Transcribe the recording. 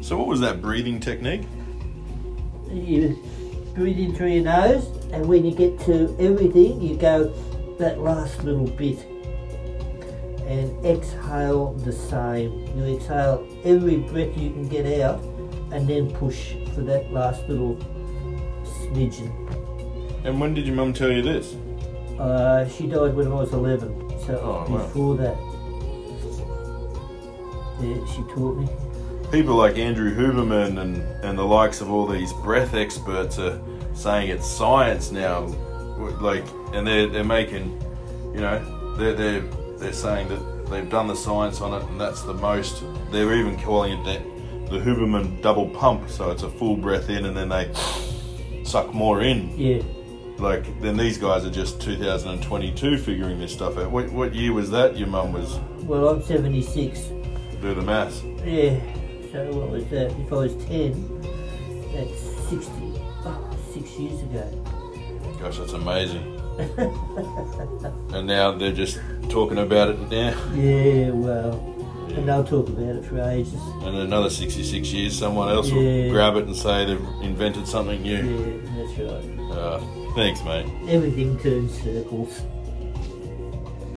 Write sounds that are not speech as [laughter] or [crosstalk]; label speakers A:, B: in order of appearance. A: So what was that breathing technique?
B: You breathe in through your nose, and when you get to everything, you go that last little bit and exhale the same. You exhale every breath you can get out, and then push for that last little smidgen.
A: And when did your mum tell you this?
B: Uh, she died when I was 11, so
A: Oh, wow.
B: before that. Yeah, she taught me.
A: People like Andrew Huberman and, and the likes of all these breath experts are saying it's science now, w- like, and they're, they're making, you know, they're, they're, they're saying that they've done the science on it and that's the most, they're even calling it the, the Huberman double pump, so it's a full breath in and then they suck more in.
B: Yeah.
A: Like, then these guys are just 2022 figuring this stuff out. What, what year was that your mum was,
B: Well, I'm 76.
A: do the maths?
B: Yeah. So what was that? If I was 10, that's 60. Oh, six years ago. [laughs]
A: Gosh, that's amazing. and now they're just talking about it now.
B: Yeah, well. And they'll talk about it for ages.
A: And in another 66 years, someone else
B: Yeah.
A: will grab it and say they've invented something new.
B: Yeah, that's right.
A: Uh, thanks, mate.
B: Everything turns circles.